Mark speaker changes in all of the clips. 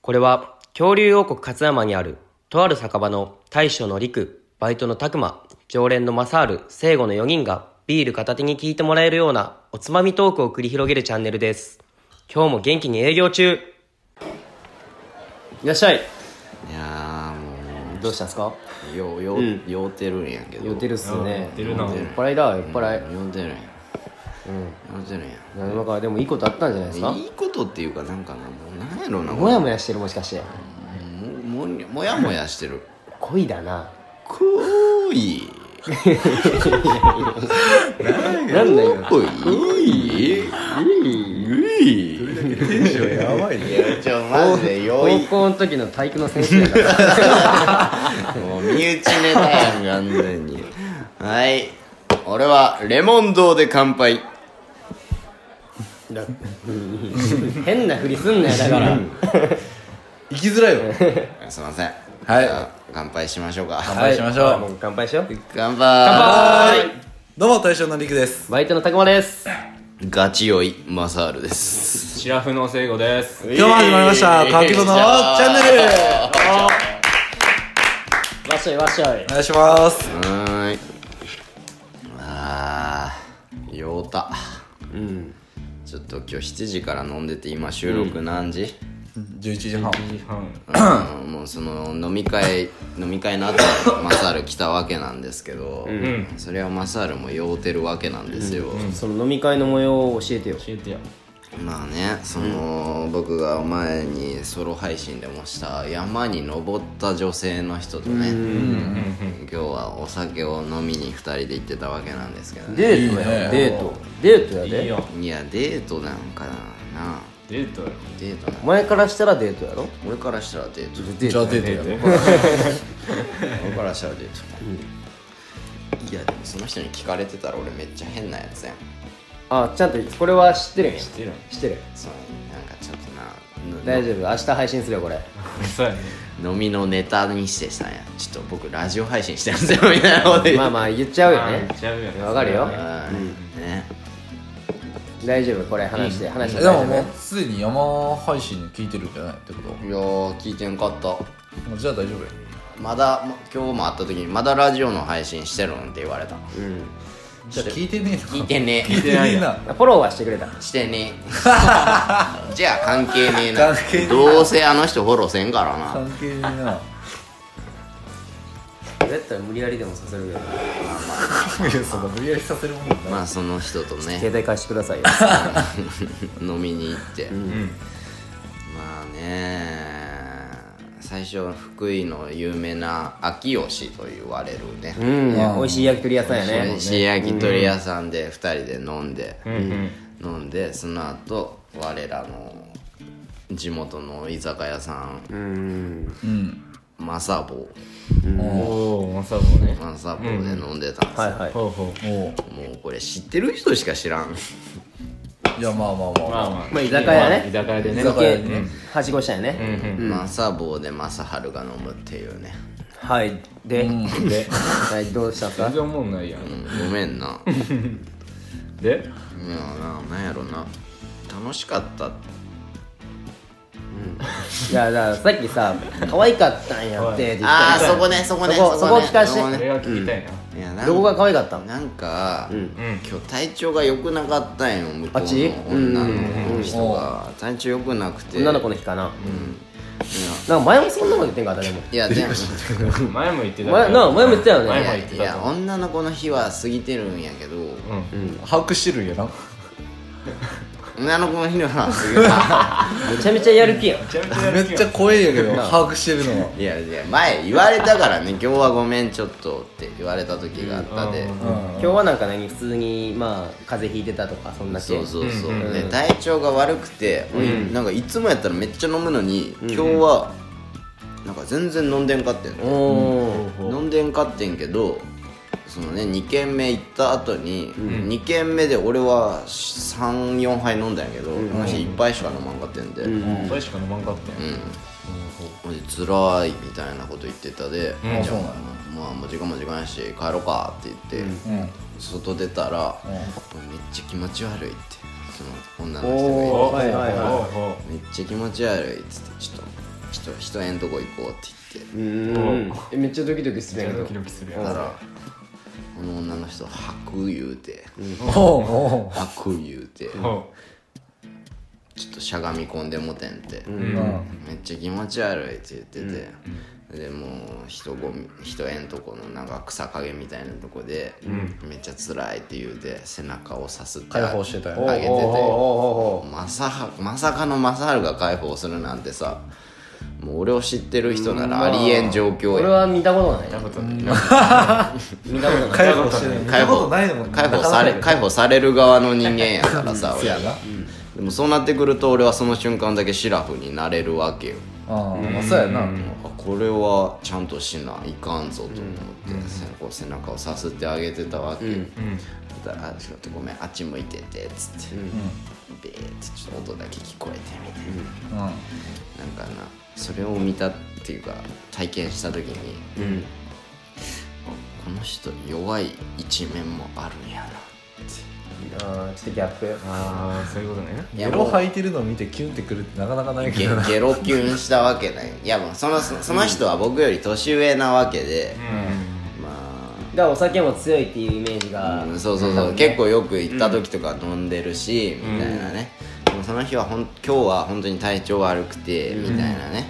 Speaker 1: これは恐竜王国勝山にあるとある酒場の大将の陸、バイトの拓磨、常連の正ル、聖護の4人がビール片手に聞いてもらえるようなおつまみトークを繰り広げるチャンネルです。今日も元気に営業中いらっしゃい
Speaker 2: いやーも
Speaker 1: どうしたんですか
Speaker 2: うようよう、
Speaker 1: うん
Speaker 2: 酔うてるんやけど
Speaker 1: 酔ってるっすね。
Speaker 3: 酔ってるな
Speaker 1: 酔っ払いだ、酔っ払い。
Speaker 2: 酔うてるんや
Speaker 1: う
Speaker 2: 酔うてるんや
Speaker 1: ん。なんかでもいいことあったんじゃないですか
Speaker 2: いいことっていうかなんかなもうなんやろな
Speaker 1: もや
Speaker 2: も
Speaker 1: もやしてるもしかして。
Speaker 2: もももやもやしてる
Speaker 1: 恋だな。
Speaker 2: こーい
Speaker 1: なんだよ。
Speaker 2: こいこいこい
Speaker 3: テンションやばいね。
Speaker 2: いやちょマジで酔
Speaker 1: 高
Speaker 2: い
Speaker 1: 校の時の体育の先生だから。
Speaker 2: もう身内ネタやん完全にはい俺はレモン堂で乾杯
Speaker 1: 変なふりすんなよ、だから。
Speaker 3: 生きづらいわ。
Speaker 2: すいません
Speaker 3: はい
Speaker 2: じゃあ乾杯しましょうか
Speaker 3: 乾杯しましょう
Speaker 1: はいも乾杯しよう。
Speaker 2: 乾杯
Speaker 1: 乾
Speaker 3: どうも、大将のりくです。
Speaker 1: バイトのたくまです。
Speaker 2: ガチ酔いマサールです
Speaker 4: シラフの聖護です。
Speaker 2: 今
Speaker 3: 日も始まりました川木戸のチャンネル
Speaker 1: わっしょいわっしょい
Speaker 3: お。願いします。
Speaker 2: はーいあー酔うた
Speaker 1: うん。
Speaker 2: ちょっと今日7時から飲んでて今収録何時、
Speaker 3: 11時半。
Speaker 4: 2時半。
Speaker 2: うんもうその飲み会飲み会の後マサール来たわけなんですけど、それはマサールも酔うてるわけなんですよ、
Speaker 1: その飲み会の模様を教えてよ。
Speaker 4: 教えてよ。
Speaker 2: まあねその、僕が前にソロ配信でもした山に登った女性の人とね、今日はお酒を飲みに2人で行ってたわけなんですけどね
Speaker 1: デートやん、デート。デートや
Speaker 4: いい
Speaker 1: で。
Speaker 4: よ。
Speaker 2: いやデートなんかなな
Speaker 4: デートよ。
Speaker 2: デートなん
Speaker 1: お前からしたらデートやろ
Speaker 2: 俺からしたらデート
Speaker 1: デー
Speaker 3: じゃあ
Speaker 1: ト。
Speaker 3: デートや
Speaker 4: デー
Speaker 2: 俺からしたらデート、いやでもその人に聞かれてたら俺めっちゃ変なやつやん
Speaker 1: あ、ちゃんと、これは知ってるんや。知って
Speaker 4: る
Speaker 1: 知ってる。
Speaker 2: そうなんかちょっとな
Speaker 1: 大丈夫。明日配信するよ、これ。
Speaker 4: そうやね。
Speaker 2: 飲みのネタにしてさちょっと僕ラジオ配信してるんですよみたいなこと言って
Speaker 1: まあまあ、言っちゃうよね
Speaker 4: あ。ーちゃうよね
Speaker 1: わかるよ。
Speaker 2: うんね
Speaker 1: 大丈夫、これ話して、話して
Speaker 3: でも
Speaker 1: 大丈
Speaker 3: もう
Speaker 1: 夫。、
Speaker 3: すでに山配信聞いてるんじゃないってこと
Speaker 2: いやー聞いてんかった
Speaker 3: もうじゃあ大丈夫や。
Speaker 2: まだも今日も会った時にまだラジオの配信してるんって言われた
Speaker 1: うん。
Speaker 3: じゃあ聞いてねえな。
Speaker 2: 聞いてね
Speaker 3: 聞いてねえな。
Speaker 1: フォローはしてくれた。
Speaker 2: してねじゃあ関係ねえな
Speaker 3: 関係ねえな
Speaker 2: どうせあの人フォローせんからな
Speaker 3: 関係ねえな。
Speaker 1: だったら無理やりでもさせるけ
Speaker 3: い
Speaker 1: ど。
Speaker 3: や、そんな無理やりさせるもんだ。
Speaker 2: まあその人とね
Speaker 1: 携帯貸してくださいよ。
Speaker 2: 飲みに行って、
Speaker 4: うん。
Speaker 2: まあね最初福井の有名な秋吉と言われるね、
Speaker 1: うん、美味しい焼き鳥屋さんや
Speaker 2: 美
Speaker 1: ね
Speaker 2: 味。しい焼き鳥屋さんで2人で飲んで、
Speaker 4: うん。
Speaker 2: 飲んでその後我らの地元の居酒屋さん、
Speaker 1: うん。
Speaker 3: うん。
Speaker 2: マサボ
Speaker 4: おお、まさぼね。
Speaker 2: マサボで飲んでたんです
Speaker 1: はい
Speaker 2: よ、
Speaker 1: はい。
Speaker 4: ほうほ
Speaker 3: もう。
Speaker 2: もうこれ知ってる人しか知らん
Speaker 3: いや、まあまあま
Speaker 4: う。
Speaker 3: あ。
Speaker 4: まあまあ。
Speaker 1: まあ居酒屋ね
Speaker 4: 居酒屋でね。
Speaker 3: 居酒屋
Speaker 1: ねはしごしたよ
Speaker 4: う
Speaker 1: ね。
Speaker 4: ん
Speaker 2: マサボでマサハルが飲むっていうね、
Speaker 1: はい。で、
Speaker 4: うん。で、
Speaker 1: はい、どうしたんすか
Speaker 4: 全然思んないやん。
Speaker 2: うん、ごめんな
Speaker 4: で、
Speaker 2: いやななんやろな楽しかったって
Speaker 1: いや、だからさっきさ、可愛かったんやってって言った
Speaker 2: ああ
Speaker 1: やん
Speaker 2: そこねそこね
Speaker 1: そこそこ聞かして
Speaker 2: そこ
Speaker 4: これが聞きたいな。
Speaker 2: いやなん
Speaker 1: どこが可愛かったの
Speaker 2: なんか、
Speaker 4: うん
Speaker 2: 今日体調が良くなかったんよ向こう
Speaker 1: あっち
Speaker 2: の女の人が体調良くなくて
Speaker 1: 女の子
Speaker 2: い
Speaker 1: の日かな。なんか前もそんなこと言ってんかったでも。
Speaker 2: やいやでも
Speaker 4: 前も言ってたけど。
Speaker 1: 前なあ前も言ってたよね
Speaker 2: い
Speaker 4: 前も
Speaker 2: や
Speaker 4: 言って
Speaker 2: い
Speaker 4: た
Speaker 2: や
Speaker 4: と思う。
Speaker 2: 女の子の日は過ぎてるんやけど、
Speaker 3: 把握してるんやな。
Speaker 2: 女の子の日は過ぎて る
Speaker 1: めちゃめちゃやる気やん。
Speaker 4: めちゃめちゃや
Speaker 3: め
Speaker 4: る
Speaker 3: っ
Speaker 4: 気
Speaker 3: ち
Speaker 4: や
Speaker 3: ゃ
Speaker 4: ん。
Speaker 3: 怖いんやけど、把握してるのは。
Speaker 2: いやいや前言われたからね今日はごめんちょっとって言われた時があったで、
Speaker 1: 今日はなんか何普通に、まあ、風邪ひいてたとか、そんな。
Speaker 2: そうそううそう、
Speaker 4: うんうん
Speaker 2: で体調が悪くて、俺なんかいつもやったらめっちゃ飲むのに、今日はなんか全然飲んでんかってんの、
Speaker 1: おー。
Speaker 2: 飲んでんかってんけどそのね2軒目行った後に、二2軒目で俺は34杯飲んだんやけど、この人1杯しか飲まんかってんで、うん
Speaker 4: それしか飲まんかったやん。
Speaker 2: ほんで辛いみたいなこと言ってたで、
Speaker 3: あそうなの
Speaker 2: まあもう時間も時間やし帰ろうかって言って、
Speaker 3: うん。
Speaker 2: 外出たら、
Speaker 3: うん
Speaker 2: めっちゃ気持ち悪いってその女の人が
Speaker 1: おー。はいはいはい。
Speaker 4: ほうほ
Speaker 2: めっちゃ気持ち悪いっつってちょっと人人へんとこ行こうって言って
Speaker 1: うーんえめっちゃドキドキするん
Speaker 4: めっ
Speaker 1: やけ
Speaker 4: ちゃド
Speaker 1: ど
Speaker 4: キドキするや
Speaker 2: だ
Speaker 4: ん
Speaker 2: からこの女の人白言うて
Speaker 3: おうおう
Speaker 2: 白言うて
Speaker 4: ほ
Speaker 2: ちょっとしゃがみ込んでもてんて、
Speaker 4: ううん
Speaker 2: めっちゃ気持ち悪いって言ってて、でもう人ごみ人えんとこのなんか草陰みたいなとこで、めっちゃ辛いって言うて背中をさすって
Speaker 3: 解放してたよ
Speaker 2: あげてて
Speaker 4: お
Speaker 2: まさはまさかのマサハルが解放するなんてさもう俺を知ってる人ならありえん状況
Speaker 1: 俺
Speaker 2: や
Speaker 1: は見たことない見たことない
Speaker 3: 解放してる見
Speaker 2: 解
Speaker 3: たこ
Speaker 2: 放
Speaker 3: とないのもん
Speaker 2: 解放され解放される側の人間やからさ
Speaker 3: せ
Speaker 2: 俺
Speaker 3: や
Speaker 2: は
Speaker 3: な
Speaker 2: でもそうなってくると俺はその瞬間だけシラフになれるわけよ
Speaker 3: ああまあそうやな
Speaker 2: あこれはちゃんとしないかんぞと思って、背こう背中をさすってあげてたわけ、だからあちょっとごめんあっち向いてて」っつって、ベーってちょっと音だけ聞こえてみたいな。
Speaker 3: う
Speaker 2: なん
Speaker 3: ん
Speaker 2: かなそれを見たっていうか体験した時に、あこの人弱い一面もあるんやなって
Speaker 1: あーちょっとギャップ
Speaker 4: ああそういうことね
Speaker 2: いや
Speaker 3: ゲロ吐いてるのを見てキュンってくるってなかなかないけ
Speaker 2: ゲ
Speaker 3: どな
Speaker 2: ゲロキュンしたわけないいやもうそのそその人は僕より年上なわけで、ま
Speaker 1: だからお酒も強いっていうイメージ
Speaker 2: あ
Speaker 1: が、
Speaker 2: うんそうそうそう、結構よく行った時とか飲んでるし、みたいなねでもその日はほん今日は本当に体調悪くて、みたいなね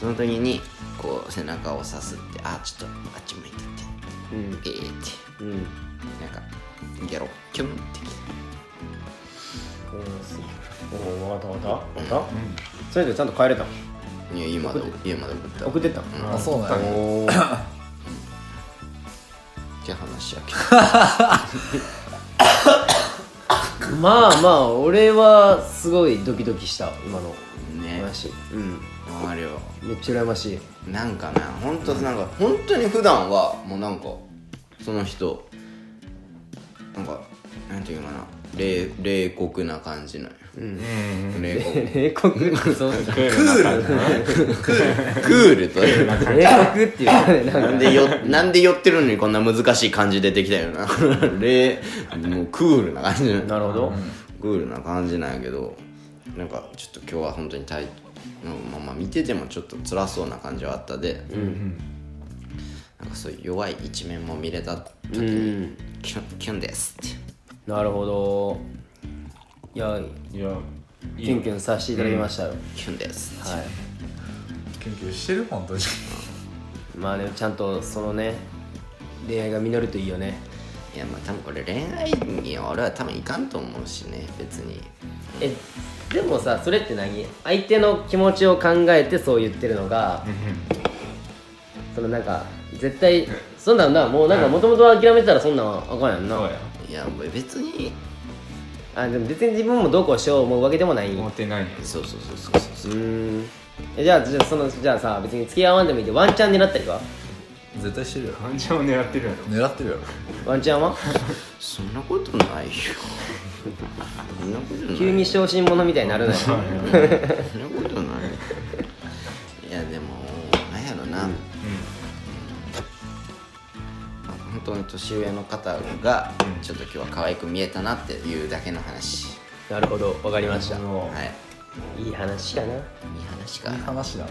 Speaker 2: その時にこう背中をさすってあちょっとあっち向いてって
Speaker 1: うん
Speaker 2: えーって
Speaker 1: うん
Speaker 2: なんかゲロキュンってきて
Speaker 1: うん分かった分かった分かった、それでちゃんと帰れたの
Speaker 2: いや家まで家まで送った
Speaker 1: 送ってったの
Speaker 3: あそうなんや
Speaker 1: お
Speaker 2: っ
Speaker 1: ー
Speaker 2: て話やけ
Speaker 1: まあまあ俺はすごいドキドキした今の
Speaker 2: どね
Speaker 1: 話うん
Speaker 2: あれよ
Speaker 1: めっちゃ羨ましい
Speaker 2: なんかな本当なんか本当に普段はもうなんかその人なんかなんていうかな冷冷酷な感じなんよ、冷酷
Speaker 1: 冷酷なそう冷
Speaker 4: クールな感じ
Speaker 2: クールというか
Speaker 1: 酷っていうかねなん
Speaker 2: な
Speaker 1: か
Speaker 2: んでよなんで寄ってるのにこんな難しい感じ出てきたよな 冷もうクールな感じなんよ
Speaker 1: なるほど、
Speaker 2: クールな感じなんやけどなんかちょっと今日は本当に体うんまあまあ見ててもちょっと辛そうな感じはあったで、なんかそういう弱い一面も見れた時に「キュンキュンです」っ
Speaker 1: なるほどいや
Speaker 4: いやいい
Speaker 1: キュンキュンさせていただきましたよ、
Speaker 2: て「キュンです」って
Speaker 1: はい
Speaker 3: キュンキュンしてる本当に
Speaker 1: まあねちゃんとそのね恋愛が実るといいよね
Speaker 2: いやまあ多分これ恋愛には俺は多分いかんと思うしね別に
Speaker 1: えでもさそれって何相手の気持ちを考えてそう言ってるのがそのなんか絶対そんなんなもうなんかもともと諦めてたらそんなんはあかんやん
Speaker 4: そう
Speaker 1: な
Speaker 4: や
Speaker 2: いや別に
Speaker 1: あでも別に自分もどうこうしよう思うわけでもない
Speaker 4: 思
Speaker 1: う
Speaker 4: ってない
Speaker 2: そうそうそうそうそう
Speaker 1: ーんえじゃあじゃあそのじゃあさ別に付き合わんでもいいけどワンチャン狙ったりは
Speaker 3: 絶対してるよ
Speaker 4: 感情を狙ってるや
Speaker 3: 狙
Speaker 4: ろ
Speaker 3: ってるよ
Speaker 1: ワンチャンは
Speaker 2: そんなことないよそんなことない
Speaker 1: 急に小心者みたいになるなよ
Speaker 2: そんなことないいやでもなんやろな、うん本当に年上の方がちょっと今日は可愛く見えたなっていうだけの話、
Speaker 1: なるほどわかりました
Speaker 4: も
Speaker 2: はい
Speaker 1: いい話やない
Speaker 2: い話
Speaker 3: いい
Speaker 2: か
Speaker 3: 話だ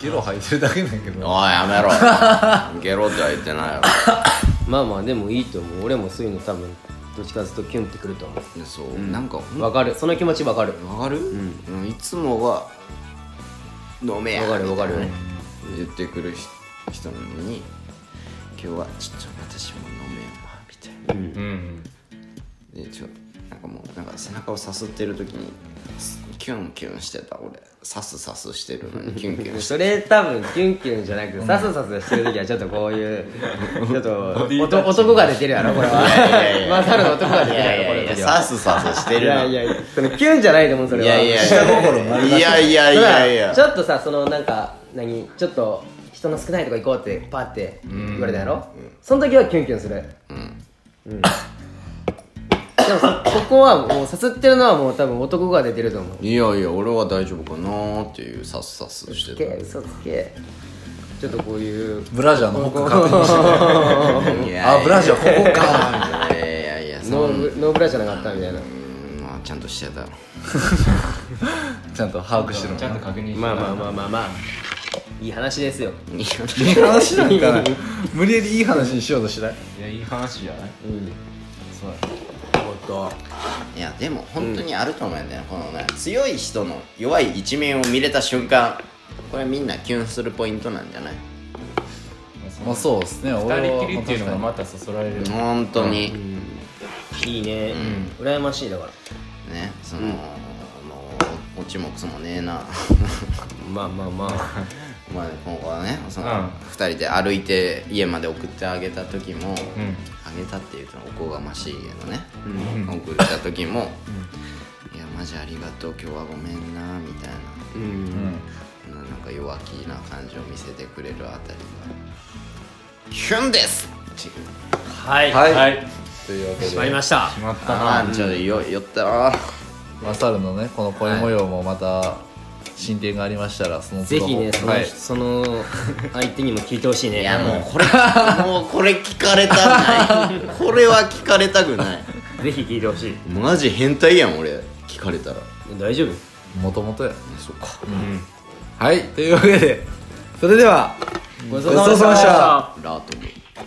Speaker 3: ゲロ吐いてるだけなんやけど
Speaker 2: おいやめろゲロっては言ってないやろ
Speaker 1: まあまあでもいいと思う俺もそういうの多分どっちかずっとキュンってくると思
Speaker 2: いやそう、なんか
Speaker 1: う
Speaker 2: わ
Speaker 1: わかるその気持ちわかる
Speaker 2: わかる、うん、いつもは飲めや
Speaker 1: わかるわかる
Speaker 2: みたいなね言ってくる人人なのに今日はちょっと私も飲めよなみたいな
Speaker 4: ううん
Speaker 2: でちょなんかもうなんか背中をさすってる時にすキュンキュンしてた俺さすさすしてるのにキュンキュン して
Speaker 1: それ多分キュンキュンじゃなくサスサスしてる時はちょっとこう いうちょっ
Speaker 4: ボディータ
Speaker 1: と
Speaker 4: ッチ
Speaker 1: おと男が出てるやろこれは マサルの男が出てるやろこれ
Speaker 2: いやさすさすして
Speaker 1: い
Speaker 2: るの
Speaker 1: やいやいやそのキュンじゃないと思うそれはい
Speaker 2: やい
Speaker 3: 下心
Speaker 2: や
Speaker 3: 丸
Speaker 2: いやいやいやいや
Speaker 1: ただちょっとさそのなんか何ちょっと人の少ないとこ行こうってパーって言われたやろその時はキュンキュンするうんでもそここはもうさすってるのはもう多分男が出てると思う
Speaker 2: いやいや俺は大丈夫かなーっていうさすさすし
Speaker 1: つけ
Speaker 2: てた
Speaker 1: 嘘つけちょっとこういう
Speaker 3: ブラジャーのホック確認して
Speaker 2: いや
Speaker 3: あブラジャーここか
Speaker 2: かいやいやいやそ
Speaker 1: ノ
Speaker 2: う
Speaker 1: ーブノーブラじゃなかったみたいな
Speaker 2: うんまあちゃんとしてた
Speaker 3: ちゃんと把握してるもん
Speaker 4: ちゃんと
Speaker 3: な
Speaker 4: 確認して
Speaker 1: まあまあまあまあまあいい話ですよ
Speaker 2: いや
Speaker 3: いい話なんかな 無理やりいい話にしようとしない
Speaker 4: いやいい話じゃない
Speaker 3: そうおっ
Speaker 2: いやでも本当にあると思うんだよ、このね強い人の弱い一面を見れた瞬間これみんなキュンするポイントなんじゃない
Speaker 3: とまあそうですね
Speaker 4: 二人きりっていうのがまたそそられる
Speaker 2: 本当に、
Speaker 1: いいね、羨ましいだから
Speaker 2: ねその、もう落ちもクソもねえな
Speaker 1: まあまあまあ
Speaker 2: まあ今後はねその、
Speaker 4: うん
Speaker 2: 2人で歩いて家まで送ってあげた時も、
Speaker 4: うん
Speaker 2: あげたっていうとおこがましいけどね、
Speaker 4: うん
Speaker 2: 送った時も、いやマジありがとう今日はごめんなみたい
Speaker 1: うん、
Speaker 2: ななんか弱気な感じを見せてくれるあたりがキュンですっていう
Speaker 1: はい、
Speaker 3: はい
Speaker 4: はい
Speaker 3: というわけ
Speaker 1: 決まり
Speaker 3: で
Speaker 1: ました
Speaker 4: 決まったな
Speaker 2: あーちょっとよ酔ったな
Speaker 3: マサルのねこの恋模様もまた進展がありましたらその
Speaker 1: ぜひね
Speaker 3: 都
Speaker 1: そ
Speaker 3: 度
Speaker 1: の,、
Speaker 3: はい
Speaker 1: その相手にも聞いてほしいね
Speaker 2: いやもうこれもうこれ聞かれたくないこれは聞かれたくない
Speaker 1: ぜひ聞いてほしい
Speaker 2: マジ変態やん俺聞かれたら
Speaker 1: 大丈夫
Speaker 3: もともとや
Speaker 2: そっか
Speaker 4: うん
Speaker 3: はいというわけでそれでは
Speaker 1: ご
Speaker 3: ちそうさまでした
Speaker 2: ラートム